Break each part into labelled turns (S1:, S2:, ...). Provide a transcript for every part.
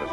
S1: The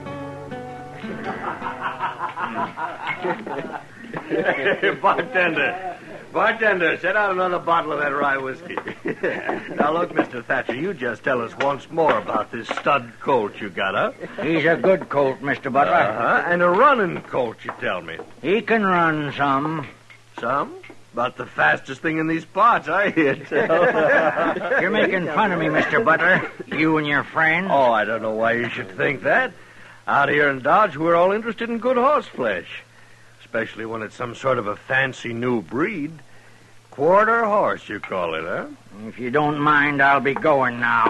S2: Bartender. Bartender, set out another bottle of that rye whiskey. now, look, Mr. Thatcher, you just tell us once more about this stud colt you got, huh?
S3: He's a good colt, Mr. Butler.
S2: Uh-huh. And a running colt, you tell me.
S3: He can run some.
S2: Some? About the fastest thing in these parts, I hear tell.
S3: You're making fun of me, Mr. Butler. You and your friends.
S2: oh, I don't know why you should think that. Out here in Dodge, we're all interested in good horse flesh especially when it's some sort of a fancy new breed. Quarter horse, you call it, huh?
S3: If you don't mind, I'll be going now.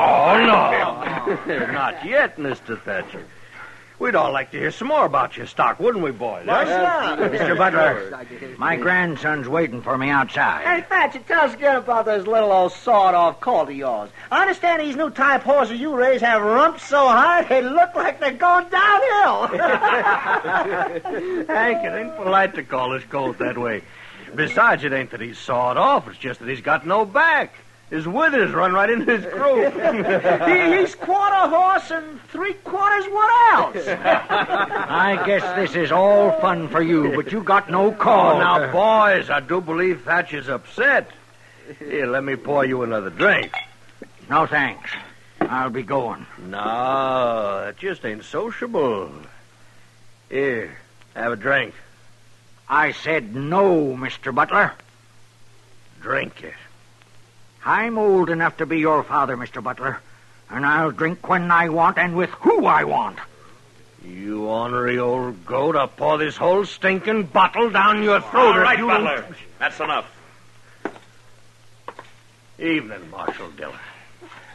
S2: Oh, no. Not yet, Mr. Thatcher. We'd all like to hear some more about your stock, wouldn't we, boys?
S4: Why huh?
S3: not? Mr. Butler, my grandson's waiting for me outside.
S4: Hey, Thatcher, tell us again about this little old sawed-off colt of yours. I understand these new type horses you raise have rumps so high they look like they're going downhill.
S2: Hank, it ain't polite to call this colt that way. Besides, it ain't that he's sawed off. It's just that he's got no back. His withers run right into his croup.
S4: he, he's quarter horse and three quarters what else?
S3: I guess this is all fun for you, but you got no call.
S2: Oh, now, boys, I do believe Thatcher's upset. Here, let me pour you another drink.
S3: No, thanks. I'll be going.
S2: No, that just ain't sociable. Here, have a drink.
S3: I said no, Mr. Butler.
S2: Drink it.
S3: I'm old enough to be your father, Mr. Butler, and I'll drink when I want and with who I want.
S2: You ornery old goat, I'll pour this whole stinking bottle down your throat.
S5: All right, Butler. Won't... That's enough.
S2: Evening, Marshal Diller.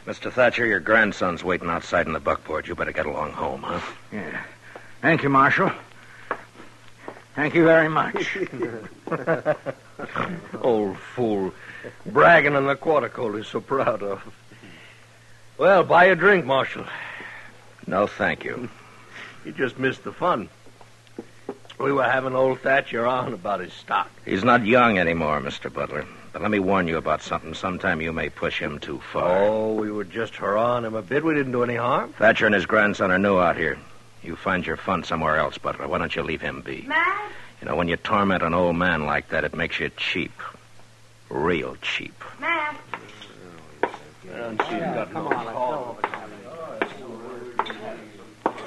S6: Mr. Thatcher, your grandson's waiting outside in the buckboard. You better get along home, huh?
S3: Yeah. Thank you, Marshal. Thank you very much.
S2: old fool bragging on the quarter coat he's so proud of. Well, buy a drink, Marshal.
S6: No, thank you.
S2: you just missed the fun. We were having old Thatcher on about his stock.
S6: He's not young anymore, Mr. Butler. But let me warn you about something. Sometime you may push him too far.
S2: Oh, we were just hurrahing him a bit. We didn't do any harm.
S6: Thatcher and his grandson are new out here. You find your fun somewhere else, Butler. Why don't you leave him be?
S7: Matt?
S6: You know, when you torment an old man like that, it makes you cheap real cheap.
S7: Matt.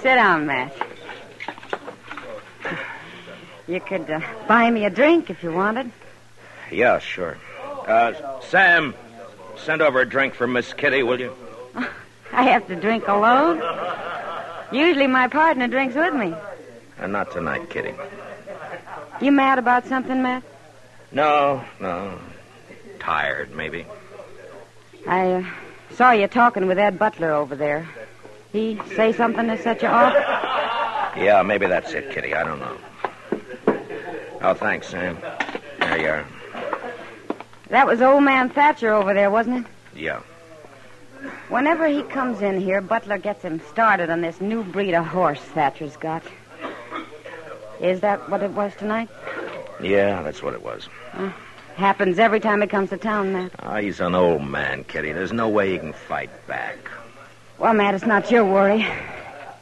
S8: Sit down, Matt. You could uh, buy me a drink if you wanted.
S6: Yeah, sure. Uh, Sam, send over a drink for Miss Kitty, will you?
S8: I have to drink alone. Usually my partner drinks with me.
S6: Uh, not tonight, Kitty.
S8: You mad about something, Matt?
S6: No, no tired, maybe.
S8: I uh, saw you talking with Ed Butler over there. He say something to set you off?
S6: Yeah, maybe that's it, Kitty. I don't know. Oh, thanks, Sam. There you are.
S8: That was old man Thatcher over there, wasn't it?
S6: Yeah.
S8: Whenever he comes in here, Butler gets him started on this new breed of horse Thatcher's got. Is that what it was tonight?
S6: Yeah, that's what it was.
S8: Uh. Happens every time he comes to town, Matt.
S6: Oh, he's an old man, Kitty. There's no way he can fight back.
S8: Well, Matt, it's not your worry.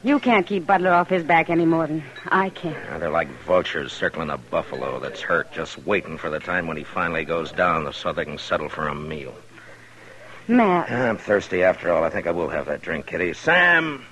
S8: You can't keep Butler off his back any more than I can.
S6: Yeah, Ah, they're like vultures circling a buffalo that's hurt, just waiting for the time when he finally goes down so they can settle for a meal.
S8: Matt.
S6: I'm thirsty after all. I think I will have that drink, Kitty. Sam!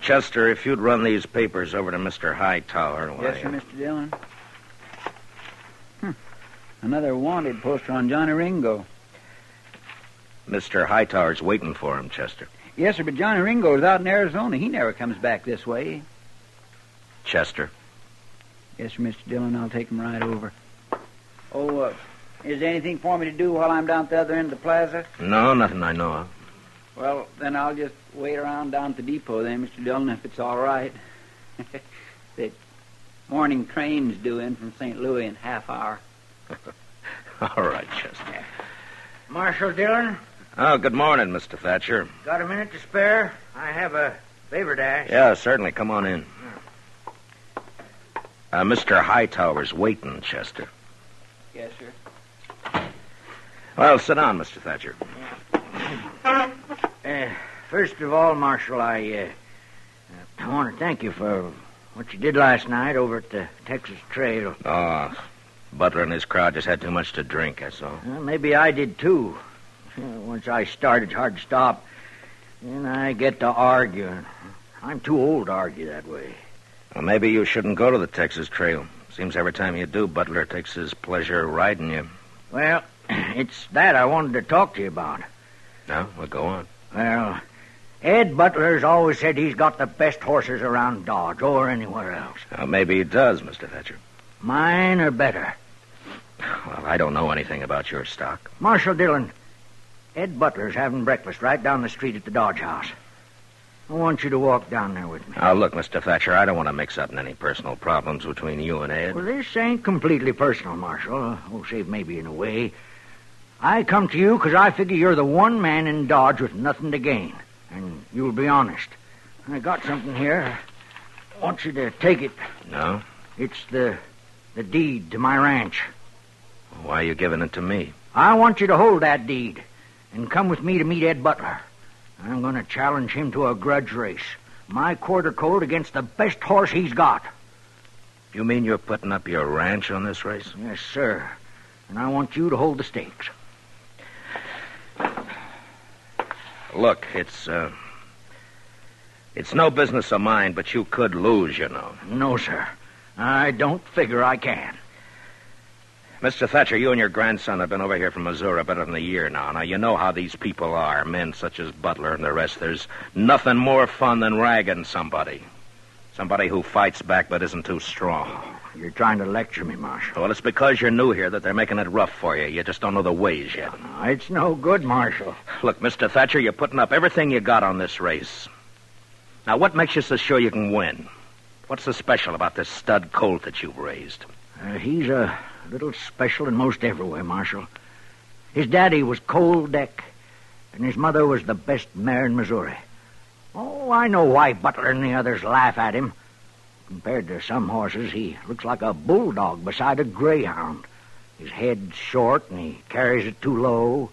S6: Chester, if you'd run these papers over to Mr. Hightower. why-
S7: Yes, sir, Mr. Dillon. Hmm. Another wanted poster on Johnny Ringo.
S6: Mr. Hightower's waiting for him, Chester.
S7: Yes, sir, but Johnny Ringo's out in Arizona. He never comes back this way.
S6: Chester,
S7: Yes, sir, Mr. Dillon. I'll take him right over. Oh, uh, is there anything for me to do while I'm down at the other end of the plaza?
S6: no, nothing I know of.
S7: Well, then I'll just wait around down at the depot then, Mr. Dillon, if it's all right. the morning train's due in from St. Louis in half hour.
S6: All right, Chester.
S3: Marshal Dillon,
S6: Oh, good morning, Mr. Thatcher.
S3: got a minute to spare? I have a favor to ask.
S6: Yeah, certainly. Come on in. Uh, Mr. Hightower's waiting, Chester.
S7: Yes, sir.
S6: Well, sit down, Mr. Thatcher.
S3: Uh, first of all, Marshal, I, uh, I want to thank you for what you did last night over at the Texas Trail.
S6: Oh, Butler and his crowd just had too much to drink, that's all.
S3: Well, maybe I did too. Once I start, it's hard to stop. Then I get to arguing. I'm too old to argue that way.
S6: Well, maybe you shouldn't go to the Texas Trail. Seems every time you do, Butler takes his pleasure riding you.
S3: Well, it's that I wanted to talk to you about.
S6: No, well, go on.
S3: Well, Ed Butler's always said he's got the best horses around Dodge or anywhere else.
S6: Uh, maybe he does, Mr. Thatcher.
S3: Mine are better.
S6: Well, I don't know anything about your stock.
S3: Marshal Dillon, Ed Butler's having breakfast right down the street at the Dodge House. I want you to walk down there with me.
S6: Now, look, Mr. Thatcher, I don't want to mix up in any personal problems between you and Ed.
S3: Well, this ain't completely personal, Marshal. Oh, save maybe in a way. I come to you because I figure you're the one man in Dodge with nothing to gain,
S6: Hmm.
S3: and you'll be honest. I got something here. I want you to take it.
S6: No?
S3: It's the the deed to my ranch.
S6: Why are you giving it to me?
S3: I want you to hold that deed and come with me to meet Ed Butler. I'm going to challenge him to a grudge race. My quarter colt against the best horse he's got.
S6: You mean you're putting up your ranch on this race?
S3: Yes, sir. And I want you to hold the stakes.
S6: Look, it's, uh. It's no business of mine, but you could lose, you know.
S3: No, sir. I don't figure I can.
S6: Mr. Thatcher, you and your grandson have been over here from Missouri better than a year now. Now, you know how these people are, men such as Butler and the rest. There's nothing more fun than ragging somebody. Somebody who fights back but isn't too strong.
S3: You're trying to lecture me, Marshal.
S6: Well, it's because you're new here that they're making it rough for you. You just don't know the ways yet.
S3: No, It's no good, Marshal.
S6: Look, Mr. Thatcher, you're putting up everything you got on this race. Now, what makes you so sure you can win? What's so special about this stud colt that you've raised?
S3: Uh, he's a little special in most every way, Marshal. His daddy was Cole Deck, and his mother was the best mare in Missouri. Oh, I know why Butler and the others laugh at him. Compared to some horses, he looks like a bulldog beside a greyhound. His head's short, and he carries it too low.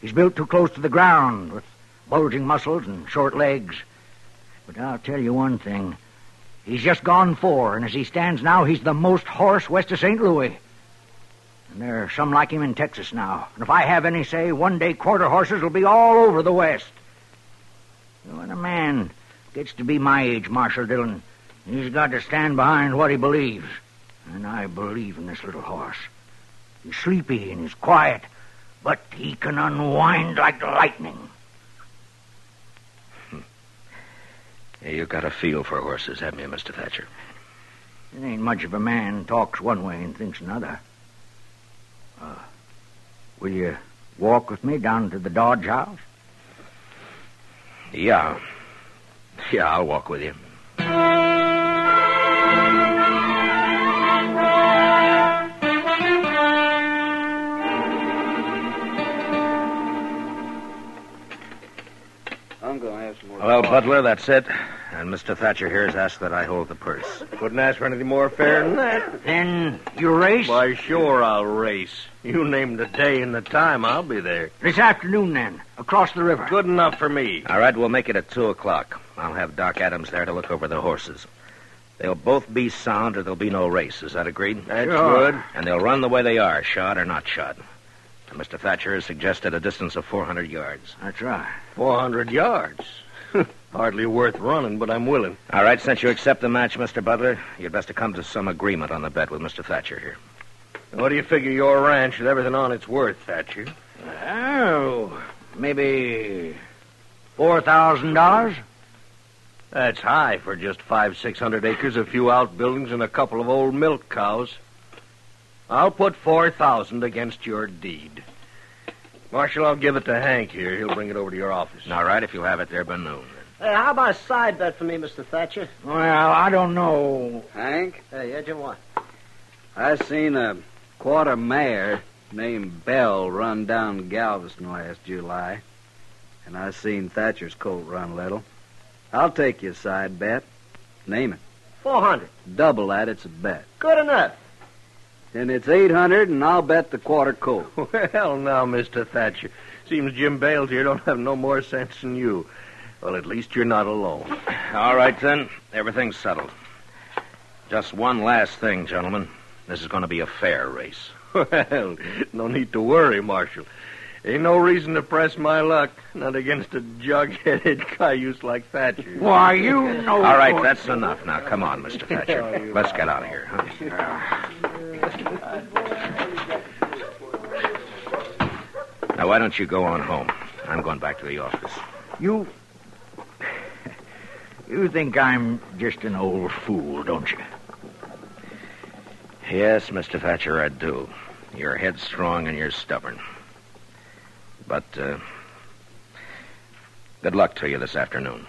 S3: He's built too close to the ground, with bulging muscles and short legs. But I'll tell you one thing. He's just gone four, and as he stands now, he's the most horse west of St. Louis. And there are some like him in Texas now. And if I have any say, one day quarter horses will be all over the West. When a man gets to be my age, Marshal Dillon, he's got to stand behind what he believes. And I believe in this little horse. He's sleepy and he's quiet, but he can unwind like lightning.
S6: Yeah, you've got a feel for horses, haven't you, Mr. Thatcher?
S3: It ain't much if a man talks one way and thinks another. Uh, will you walk with me down to the Dodge House?
S6: Yeah. Yeah, I'll walk with you.
S7: I'm going to have some more.
S6: Well, Butler, that's it. And Mr. Thatcher here has asked that I hold the purse.
S2: Couldn't ask for anything more fair than that.
S3: Then you race?
S2: Why, sure, I'll race. You name the day and the time, I'll be there.
S3: This afternoon, then, across the river.
S2: Good enough for me.
S6: All right, we'll make it at 2 o'clock. I'll have Doc Adams there to look over the horses. They'll both be sound or there'll be no race. Is that agreed?
S2: That's
S3: Sure.
S2: good.
S6: And they'll run the way they are, shod or not shod. And Mr. Thatcher has suggested a distance of 400 yards.
S3: That's right.
S2: 400 yards. Hardly worth running, but I'm willing.
S6: All right, since you accept the match, Mr. Butler, you'd best to come to some agreement on the bet with Mr. Thatcher here.
S2: What do you figure your ranch with everything on it's worth, Thatcher?
S3: Oh, maybe four thousand dollars.
S2: That's high for just five, six hundred acres, a few outbuildings, and a couple of old milk cows. I'll put four thousand against your deed. Marshal, I'll give it to Hank here. He'll bring it over to your office.
S6: All right, if you have it there by noon.
S4: Hey, how about a side bet for me, Mr. Thatcher?
S3: Well, I don't know.
S9: Hank,
S4: Hey, yeah, Jim, what?
S9: I seen a quarter mare named Bell run down Galveston last July, and I seen Thatcher's colt run little. I'll take your side bet. Name it.
S4: 400.
S9: Double that, it's a bet.
S4: Good enough.
S9: And it's 800, and I'll bet the quarter colt.
S2: Well, now, Mr. Thatcher, seems Jim Bales here don't have no more sense than you. Well, at least you're not alone.
S6: All right, then. Everything's settled. Just one last thing, gentlemen. This is going to be a fair race.
S2: Well, no need to worry, Marshal. Ain't no reason to press my luck, not against a jug-headed cayuse like Thatcher.
S3: Why, you know.
S6: All right, that's enough. Now, come on, Mr.
S3: Oh,
S6: Thatcher. Let's get out of here. Huh? Now, why don't you go on home? I'm going back to the office.
S3: You. You think I'm just an old fool, don't you?
S6: Yes, Mr. Thatcher, I do. You're headstrong and you're stubborn. But, uh, good luck to you this afternoon.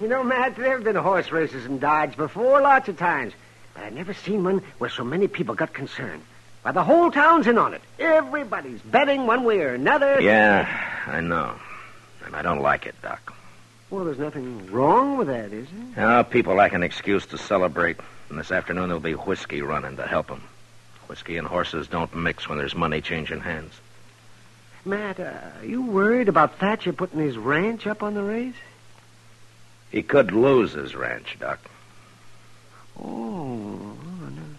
S4: You know, Matt, there have been horse races in Dodge before, lots of times. But I never seen one where so many people got concerned. Why, the whole town's in on it. Everybody's betting one way or another.
S6: Yeah, I know. And I don't like it, Doc.
S4: Well, there's nothing wrong with that, is there?
S6: Now, people like an excuse to celebrate, and this afternoon there'll be whiskey running to help 'em. Whiskey and horses don't mix when there's money changing hands.
S4: Matt, uh, are you worried about Thatcher putting his ranch up on the race?
S6: He could lose his ranch, Doc. Uh,
S4: Oh, I know.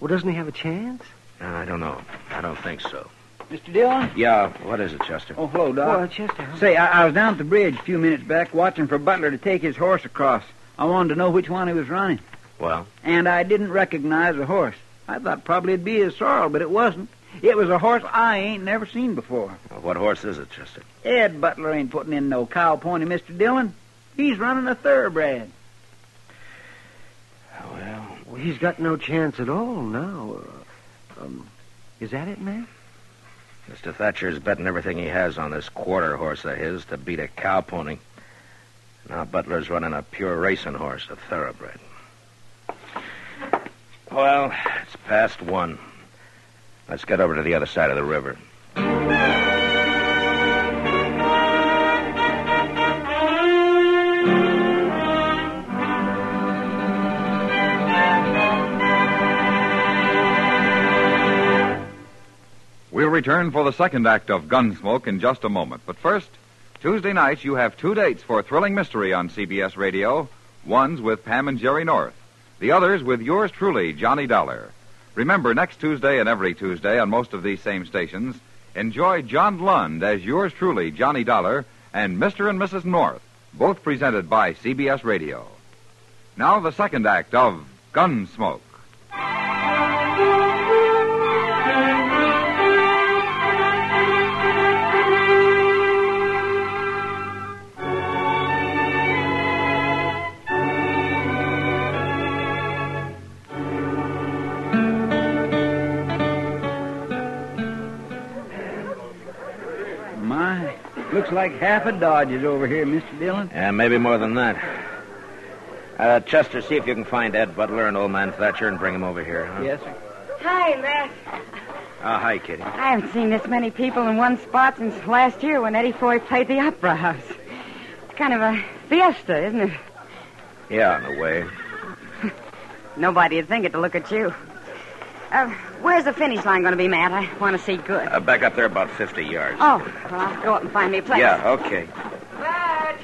S4: Well, doesn't he have a chance?
S6: I don't know. I don't think so.
S7: Mr. Dillon?
S6: Yeah, what is it, Chester?
S7: Oh, hello, Doc.
S4: Well, Chester, huh?
S7: Say, I, I was down at the bridge a few minutes back watching for Butler to take his horse across. I wanted to know which one he was running.
S6: Well?
S7: And I didn't recognize the horse. I thought probably it'd be his sorrel, but it wasn't. It was a horse I ain't never seen before.
S6: What horse is it, Chester?
S7: Ed Butler ain't putting in no cow pony, Mr. Dillon. He's running a thoroughbred.
S6: Oh, Well,
S4: Well, he's got no chance at all now. Uh, um, is that it, Matt?
S6: Mr. Thatcher's betting everything he has on this quarter horse of his to beat a cow pony. Now Butler's running a pure racing horse, a thoroughbred. Well, it's past one. Let's get over to the other side of the river.
S1: We'll return for the second act of Gunsmoke in just a moment. But first, Tuesday night you have two dates for Thrilling Mystery on CBS Radio. One's with Pam and Jerry North. The other's with yours truly, Johnny Dollar. Remember, next Tuesday and every Tuesday on most of these same stations, enjoy John Lund as yours truly, Johnny Dollar, and Mr. and Mrs. North, both presented by CBS Radio. Now the second act of Gunsmoke.
S7: My, looks like half a Dodge is over here, Mr. Dillon.
S6: Yeah, maybe more than that. Uh, Chester, see if you can find Ed Butler and old man Thatcher and bring him over here. Huh?
S7: Yes, sir.
S8: Hi, Les.
S6: Ah, hi, Kitty.
S8: I haven't seen this many people in one spot since last year when Eddie Foy played the Opera House. It's kind of a fiesta, isn't it?
S6: Yeah, on the way.
S8: Nobody would think it to look at you. Uh, where's the finish line going to be, Matt? I want to see good.
S6: Uh, back up there about 50 yards.
S8: Oh, well, I'll go up and find me a place.
S6: yeah, okay.
S4: Matt!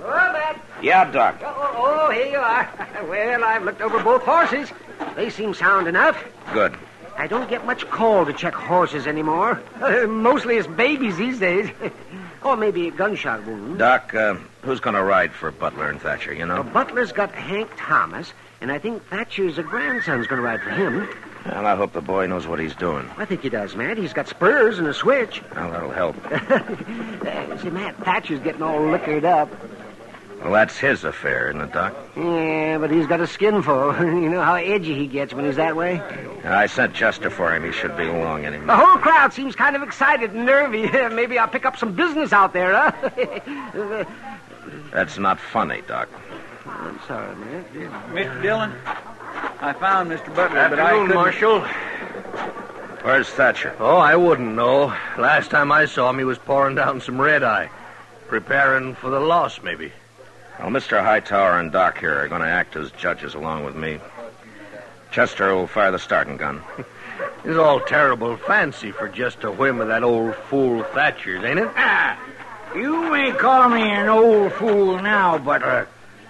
S4: Oh, Matt!
S6: Yeah, Doc.
S4: Oh, oh, oh, here you are. Well, I've looked over both horses. They seem sound enough.
S6: Good.
S4: I don't get much call to check horses anymore. Mostly it's babies these days. or maybe a gunshot wound.
S6: Doc, uh, who's going to ride for Butler and Thatcher, you know?
S4: Well, Butler's got Hank Thomas, and I think Thatcher's a grandson's going to ride for him.
S6: Well, I hope the boy knows what he's doing.
S4: I think he does, Matt. He's got spurs and a switch.
S6: Well, that'll help.
S4: Uh, see, Matt Thatcher's getting all liquored up.
S6: Well, that's his affair, isn't it, Doc?
S4: Yeah, but he's got a skinful. you know how edgy he gets when he's that way.
S6: I sent Chester for him. He should be along any
S4: The
S6: minute.
S4: whole crowd seems kind of excited and nervy. Maybe I'll pick up some business out there, huh?
S6: That's not funny, Doc.
S4: I'm sorry, Matt.
S7: Mr. Dillon, I found Mr. Butler, but I
S2: Afternoon,
S7: couldn't...
S2: Marshal.
S6: Where's Thatcher?
S2: Oh, I wouldn't know. Last time I saw him, he was pouring down some red eye, preparing for the loss, maybe.
S6: Well, Mr. Hightower and Doc here are going to act as judges along with me. Chester will fire the starting gun.
S2: This is all terrible fancy for just a whim of that old fool Thatcher's, ain't it?
S3: You may call me an old fool now, Butler,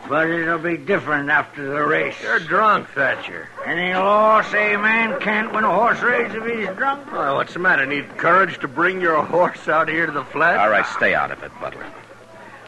S3: but it'll be different after the race.
S2: You're drunk, Thatcher.
S3: Any law say a man can't win a horse race if he's drunk?
S2: Why, what's the matter? Need courage to bring your horse out here to the flat?
S6: All right, stay out of it, Butler.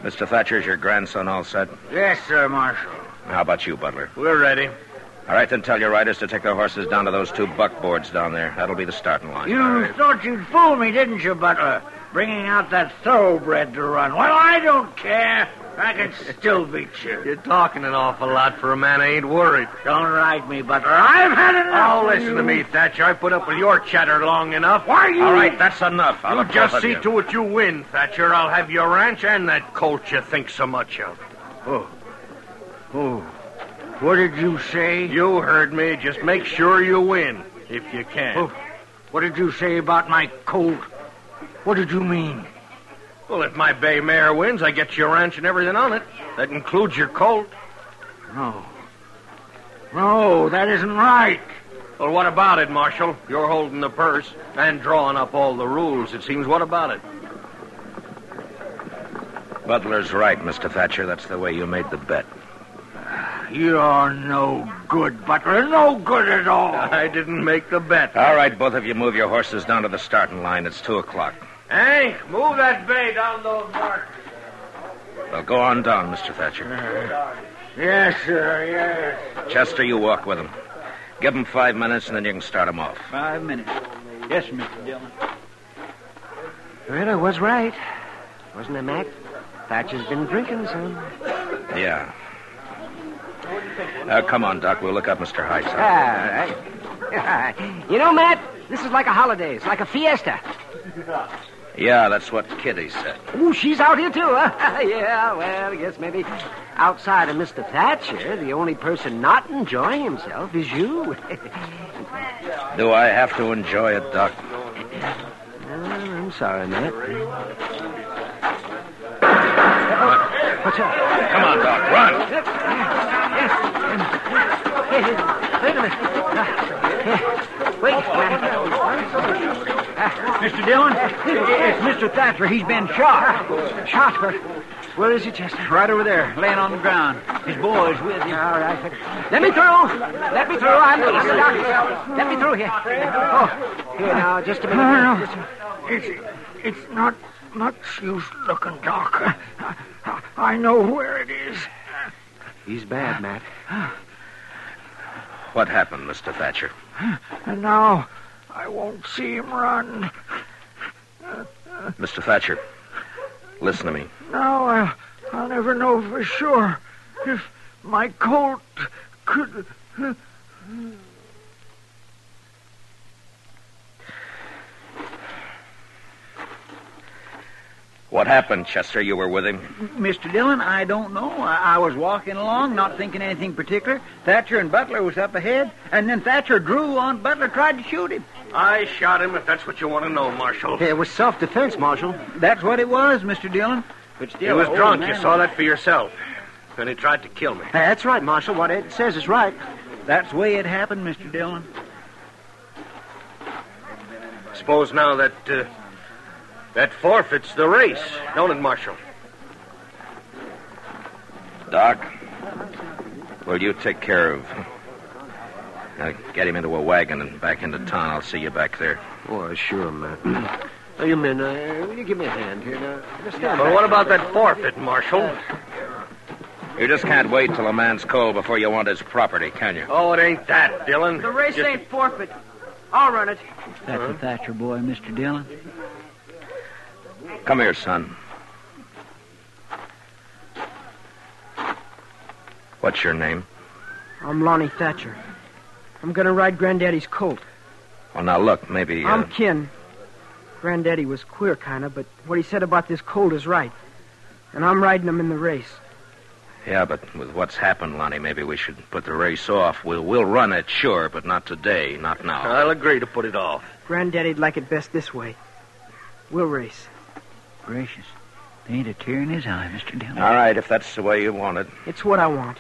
S6: Mr. Thatcher's your grandson all set?
S3: Yes, sir, Marshal.
S6: How about you, Butler?
S2: We're ready.
S6: All right, then tell your riders to take their horses down to those two buckboards down there. That'll be the starting line.
S3: You thought you'd fool me, didn't you, Butler? Bringing out that thoroughbred to run. Well, I don't care. I can still beat you.
S2: You're talking an awful lot for a man I ain't worried.
S3: Don't ride me, Butler. I've had enough.
S2: Oh,
S3: of
S2: listen
S3: you.
S2: to me, Thatcher. I put up with your chatter long enough. Why you?
S6: All right, that's enough. I'll
S2: You
S6: let both
S2: just
S6: of
S2: see
S6: you.
S2: to it you win, Thatcher. I'll have your ranch and that colt you think so much of.
S3: Oh, what did you say?
S2: You heard me. Just make sure you win, if you can.
S3: Oh. What did you say about my colt? What did you mean?
S2: Well, if my bay mare wins, I get your ranch and everything on it. That includes your colt.
S3: No. No, that isn't right.
S2: Well, what about it, Marshal? You're holding the purse and drawing up all the rules, it seems. What about it?
S6: Butler's right, Mr. Thatcher. That's the way you made the bet.
S3: You're Oh, no good, Butler. No good at all.
S2: I didn't make the bet.
S6: All right, both of you move your horses down to the starting line. It's two o'clock.
S2: Hank, move that bay down those marks.
S6: Well, go on down, Mr. Thatcher.
S3: Yes, sir, yes.
S6: Chester, you walk with him. Give him five minutes, and then you can start him off.
S7: Five minutes. Yes, Mr. Dillon.
S4: Well, I was right. Wasn't it, Matt? Thatcher's been drinking some.
S6: Yeah. Uh, come on, Doc. We'll look up Mr. Hightower.
S4: Ah, right. you know, Matt, this is like a holiday. It's like a fiesta.
S6: Yeah, that's what Kitty said.
S4: Ooh, she's out here, too, huh? yeah, well, I guess maybe outside of Mr. Thatcher, the only person not enjoying himself is you.
S6: Do I have to enjoy it, Doc?
S4: Well, Uh, I'm sorry, Matt. What's up?
S6: Come on, Doc. Run.
S4: Hey, hey, wait a minute. Uh, Wait, Matt.
S3: Mr. Dillon? It's Mr. Thatcher. He's been shot.
S4: Shot. Where is he, Chester?
S7: Right over there, laying on the ground. His boy's with him.
S4: All right. Let me through. Let me through. I'm, I'm the doctor. Let me through here. Oh, here now, just a minute.
S3: No, no. It's, it's not much use looking, Doc. I, I know where it is.
S4: He's bad, Matt.
S6: What happened, Mr. Thatcher?
S3: And now I won't see him run.
S6: Mr. Thatcher, listen to me.
S3: Now I'll, I'll never know for sure if my colt could.
S6: What happened, Chester? You were with him.
S7: Mr. Dillon, I don't know. I, I was walking along, not thinking anything particular. Thatcher and Butler was up ahead, and then Thatcher drew on Butler, tried to shoot him.
S2: I shot him, if that's what you want to know, Marshal.
S4: It was self-defense, Marshal. oh,
S7: That's what it was, Mr. Dillon. But still,
S2: He was
S7: the old
S3: Oh,
S2: drunk. You
S7: man
S2: saw
S7: was-
S2: that for yourself. And he tried to kill me.
S4: That's right, Marshal. What Ed says is right.
S7: That's the way it happened, Mr. Dillon.
S2: Suppose now that uh, that forfeits the race, don't it, Marshal?
S6: Doc, will you take care of Now, uh, get him into a wagon and back into town. I'll see you back there.
S4: Oh, sure, Matt. Now, you men, uh, will you give me a hand here? Now, just stand
S2: But
S4: back
S2: what
S4: a Uh,
S2: about
S4: bit.
S2: that forfeit, Marshal?
S6: You just can't wait till a man's cold before you want his property, can you?
S2: Oh, it ain't that, Dylan.
S10: The race
S2: Just-
S10: ain't forfeit. I'll run it.
S7: That's a Thatcher boy, Mr. Dillon.
S6: Come here, son. What's your name?
S10: I'm Lonnie Thatcher. I'm gonna ride Granddaddy's colt.
S6: Well, now look, maybe. Uh,
S10: I'm kin. Granddaddy was queer, kinda, but what he said about this colt is right. And I'm riding him in the race.
S6: yeah, but with what's happened, Lonnie, maybe we should put the race off. We'll we'll run it, sure, but not today, not now.
S2: I'll agree to put it off.
S10: Granddaddy'd like it best this way. We'll race.
S7: Gracious. There ain't a tear in his eye, Mr. Dillon.
S6: All right, if that's the way you want it.
S10: It's what I want.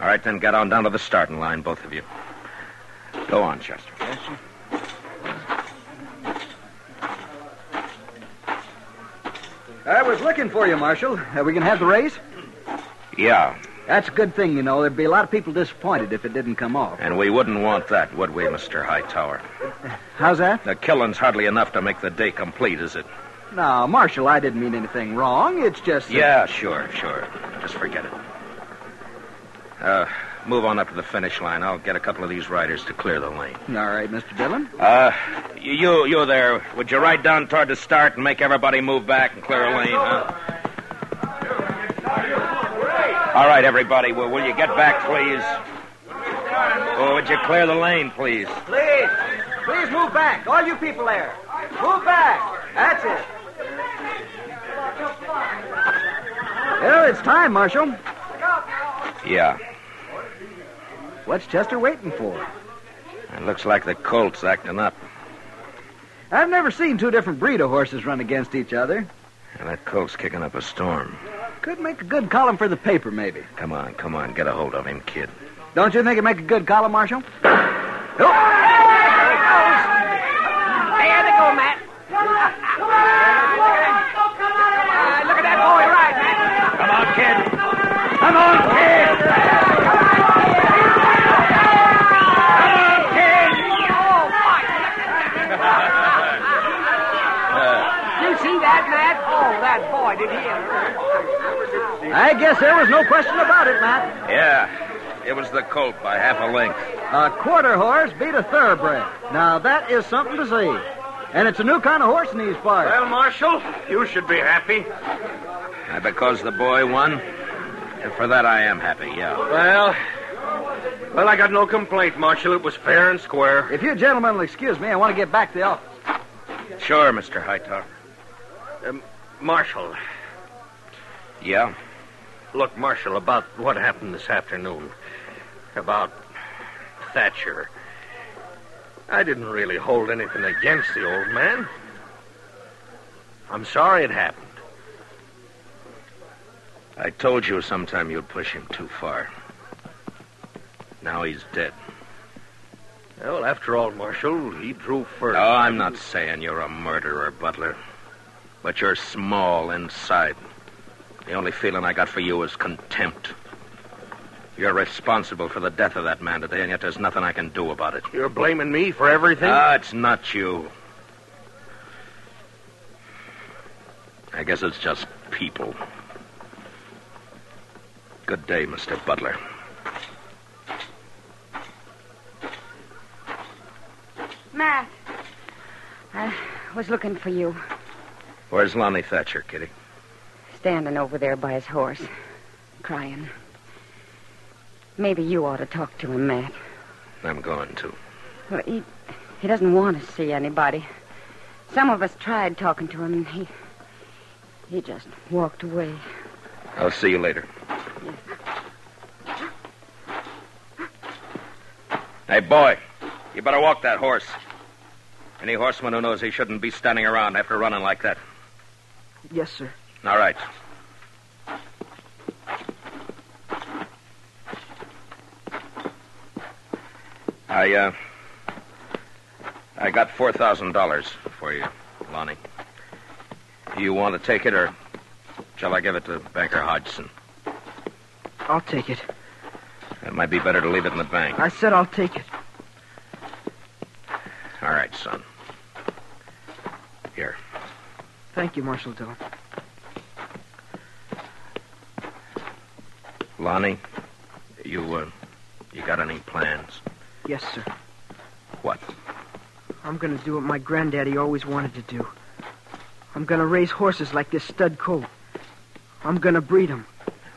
S6: All right, then get on down to the starting line, both of you. Go on, Chester.
S9: I was looking for you, Marshal. Are we going to have the race?
S6: Yeah,
S9: That's a good thing, you know. There'd be a lot of people disappointed if it didn't come off.
S6: and we wouldn't want that, would we, Mr. Hightower?
S9: How's that?
S6: The killing's hardly enough to make the day complete, is it?
S9: No, Marshal, I didn't mean anything wrong. It's just. that-
S6: Yeah, sure, sure. Just forget it. Uh, move on up to the finish line. I'll get a couple of these riders to clear the lane.
S9: All right, Mr. Dillon.
S6: Uh, you, you there. Would you ride down toward the start and make everybody move back and clear a lane, huh? All right, everybody. Will, will you get back, please? Oh, would you clear the lane, please?
S9: Please, please move back. All you people there. Move back. That's it. Well, it's time, Marshal.
S6: Yeah.
S9: What's Chester waiting for?
S6: It looks like the colt's acting up.
S9: I've never seen two different breed of horses run against each other.
S6: And that colt's kicking up a storm.
S9: Could make a good column for the paper, maybe.
S6: Come on, come on. Get a hold of him, kid.
S9: Don't you think it'd make a good column, Marshal?
S4: There they go, Matt. Uh, look at that boy ride, Matt.
S6: Come on, kid. Uh,
S4: You see that, Matt? Oh, that boy, did he ever.
S9: I guess there was no question about it, Matt.
S6: Yeah, it was the colt by half a length.
S9: A quarter horse beat a thoroughbred. Now that is something to see. And it's a new kind of horse in these parts.
S2: Well, Marshal, you should be happy.
S6: And because the boy won, and for that I am happy, yeah.
S2: Well, well, I got no complaint, Marshal. It was fair and square.
S9: If you gentlemen will excuse me, I want to get back to the office.
S6: Sure, Mr. Hightower.
S2: Um, Marshal,
S6: Yeah?
S2: look, Marshal, about what happened this afternoon, about Thatcher. I didn't really hold anything against the old man. I'm sorry it happened.
S6: I told you sometime you'd push him too far. Now he's dead.
S2: Well, after all, Marshal, he drew first.
S6: Oh, I'm not saying you're a murderer, Butler. But you're small inside. The only feeling I got for you is contempt. You're responsible for the death of that man today, and yet there's nothing I can do about it.
S2: You're blaming me for everything?
S6: Ah, it's not you. I guess it's just people. Good day, Mr. Butler.
S8: Matt, I was looking for you,
S6: Where's Lonnie Thatcher, Kitty?
S8: standing over there by his horse, crying. Maybe you ought to talk to him, Matt.
S6: I'm going to.
S8: Well, he, he doesn't want to see anybody. Some of us tried talking to him, and he he just walked away.
S6: I'll see you later. Hey, boy, you better walk that horse. Any horseman who knows he shouldn't be standing around after running like that.
S10: Yes, sir.
S6: All right. I, uh. I got $4,000 for you, Lonnie. You want to take it, or shall I give it to Banker Hodgson?
S10: I'll take it.
S6: It might be better to leave it in the bank.
S10: I said I'll take it.
S6: son. Here.
S10: Thank you, Marshal Dillon.
S6: Lonnie, you, uh, you got any plans?
S10: Yes, sir.
S6: What?
S10: I'm going to do what my granddaddy always wanted to do. I'm going to raise horses like this stud colt. I'm going to breed 'em.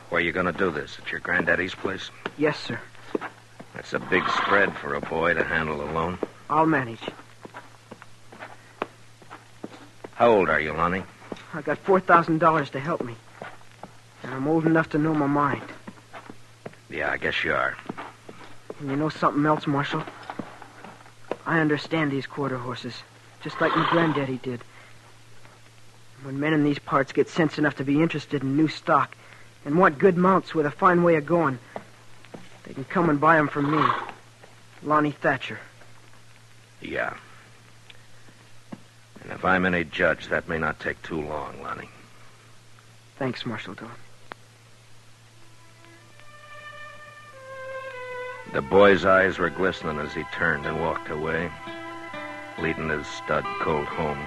S6: Where are you going to do this? At your granddaddy's place?
S10: Yes, sir.
S6: That's a big spread for a boy to handle alone.
S10: I'll manage.
S6: How old are you, Lonnie?
S10: I got $4,000 to help me. And I'm old enough to know my mind.
S6: Yeah, I guess you are.
S10: And you know something else, Marshal? I understand these quarter horses, just like my granddaddy did. When men in these parts get sense enough to be interested in new stock and want good mounts with a fine way of going, they can come and buy 'em from me, Lonnie Thatcher.
S6: Yeah. And if I'm any judge, that may not take too long, Lonnie.
S10: Thanks, Marshal Dillon.
S6: The boy's eyes were glistening as he turned and walked away, leading his stud colt home.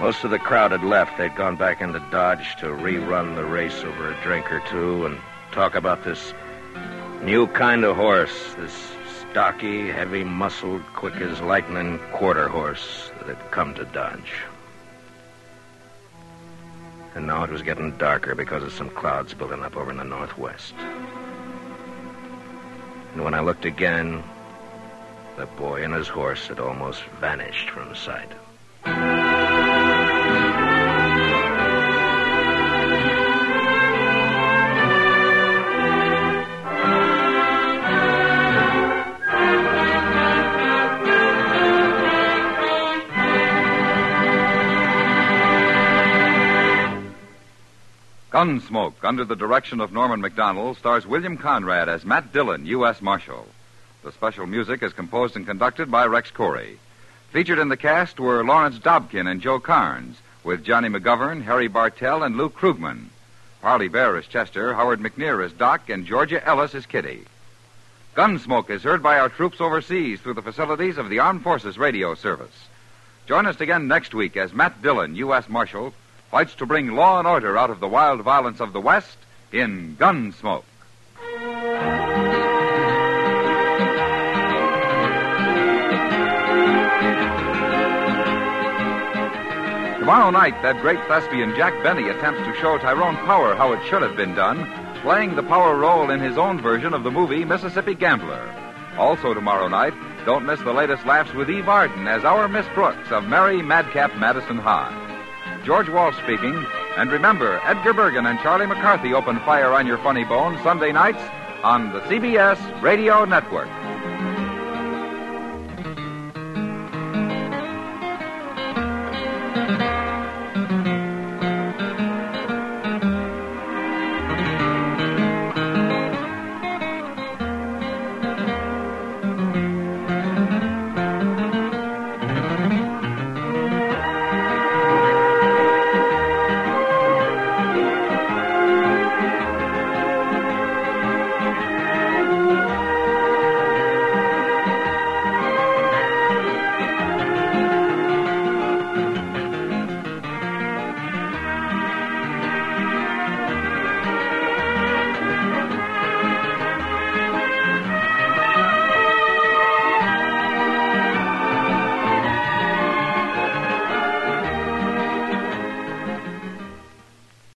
S6: Most of the crowd had left. They'd gone back into Dodge to rerun the race over a drink or two and talk about this new kind of horse, this stocky, heavy muscled, quick as lightning quarter horse that had come to Dodge. And now it was getting darker because of some clouds building up over in the northwest. And when I looked again, the boy and his horse had almost vanished from sight.
S1: Gunsmoke, under the direction of Norman McDonald, stars William Conrad as Matt Dillon, U.S. Marshal. The special music is composed and conducted by Rex Corey. Featured in the cast were Lawrence Dobkin and Joe Carnes, with Johnny McGovern, Harry Bartell, and Lou Krugman. Harley Bear is Chester, Howard McNear is Doc, and Georgia Ellis is Kitty. Gunsmoke is heard by our troops overseas through the facilities of the Armed Forces Radio Service. Join us again next week as Matt Dillon, U.S. Marshal, fights to bring law and order out of the wild violence of the West in Gunsmoke. Tomorrow night, that great thespian Jack Benny attempts to show Tyrone Power how it should have been done, playing the power role in his own version of the movie Mississippi Gambler. Also tomorrow night, don't miss the latest laughs with Eve Arden as our Miss Brooks of Merry Madcap Madison High. George Walsh speaking. And remember, Edgar Bergen and Charlie McCarthy open fire on your funny bone Sunday nights on the CBS Radio Network.